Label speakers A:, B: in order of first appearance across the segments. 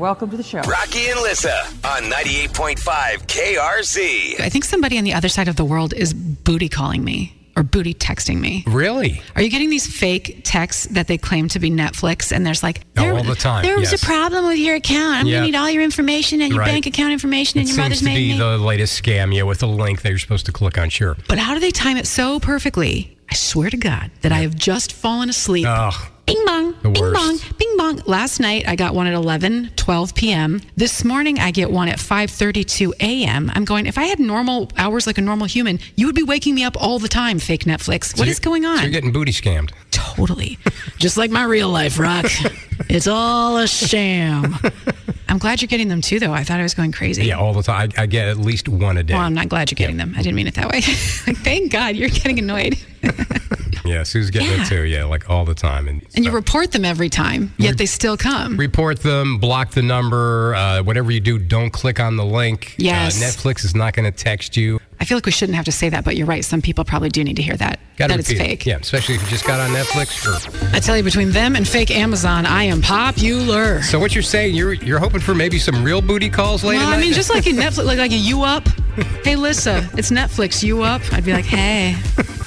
A: Welcome to the show.
B: Rocky and Lissa on 98.5 KRZ.
C: I think somebody on the other side of the world is booty calling me or booty texting me.
D: Really?
C: Are you getting these fake texts that they claim to be Netflix? And there's like,
D: Oh, all the time,
C: There was
D: yes.
C: a problem with your account. I'm
D: Yeah.
C: gonna need all your information and your
D: Right.
C: bank account information and
D: it
C: your
D: seems
C: mother's
D: to
C: maiden
D: be
C: name.
D: the latest scam, yeah, with a link that you're supposed to click on. Sure.
C: but how do they time it so perfectly? I swear to God that I have just fallen asleep.
D: Ugh.
C: Bing bong,
D: The
C: bing
D: worst.
C: bong, bing bong. Last night I got one at 11, 12 p.m. This morning I get one at 5:32 a.m. I'm going. If I had normal hours like a normal human, you would be waking me up all the time. Fake Netflix. What is going on?
D: So you're getting booty scammed.
C: totally, just like my real life, Rock. it's all a sham. I'm glad you're getting them too, though. I thought I was going crazy.
D: Yeah, all the time. I, I get at least one a day.
C: Well, I'm not glad you're getting them. I didn't mean it that way. like, thank God you're getting annoyed.
D: Yeah, Sue's getting
C: Yeah.
D: it too. Yeah, like all the time. And,
C: And you
D: so-
C: report them every time, yet they still come.
D: report them, block the number, uh, whatever you do, don't click on the link.
C: Yes.
D: Uh, Netflix is not going to text you.
C: I feel like we shouldn't have to say that, but you're right. Some people probably do need to hear that.
D: Gotta
C: that it's
D: repeat it.
C: fake.
D: Yeah, especially if you just got on Netflix. Sure.
C: I tell you, between them and fake Amazon, I am popular.
D: So what you're saying, you're you're hoping for maybe some real booty calls later.
C: Well, I mean, just like a Netflix, like, like a you up. Hey, Lissa, it's Netflix. You up? I'd be like, hey,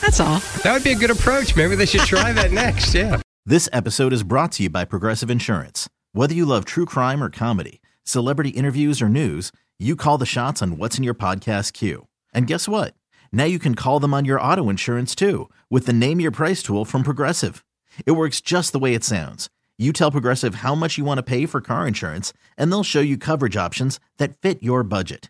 C: that's all.
D: that would be a good approach. Maybe they should try that next. Yeah.
E: This episode is brought to you by Progressive Insurance. Whether you love true crime or comedy, celebrity interviews or news, you call the shots on what's in your podcast queue. And guess what? Now you can call them on your auto insurance too with the Name Your Price tool from Progressive. It works just the way it sounds. You tell Progressive how much you want to pay for car insurance, and they'll show you coverage options that fit your budget.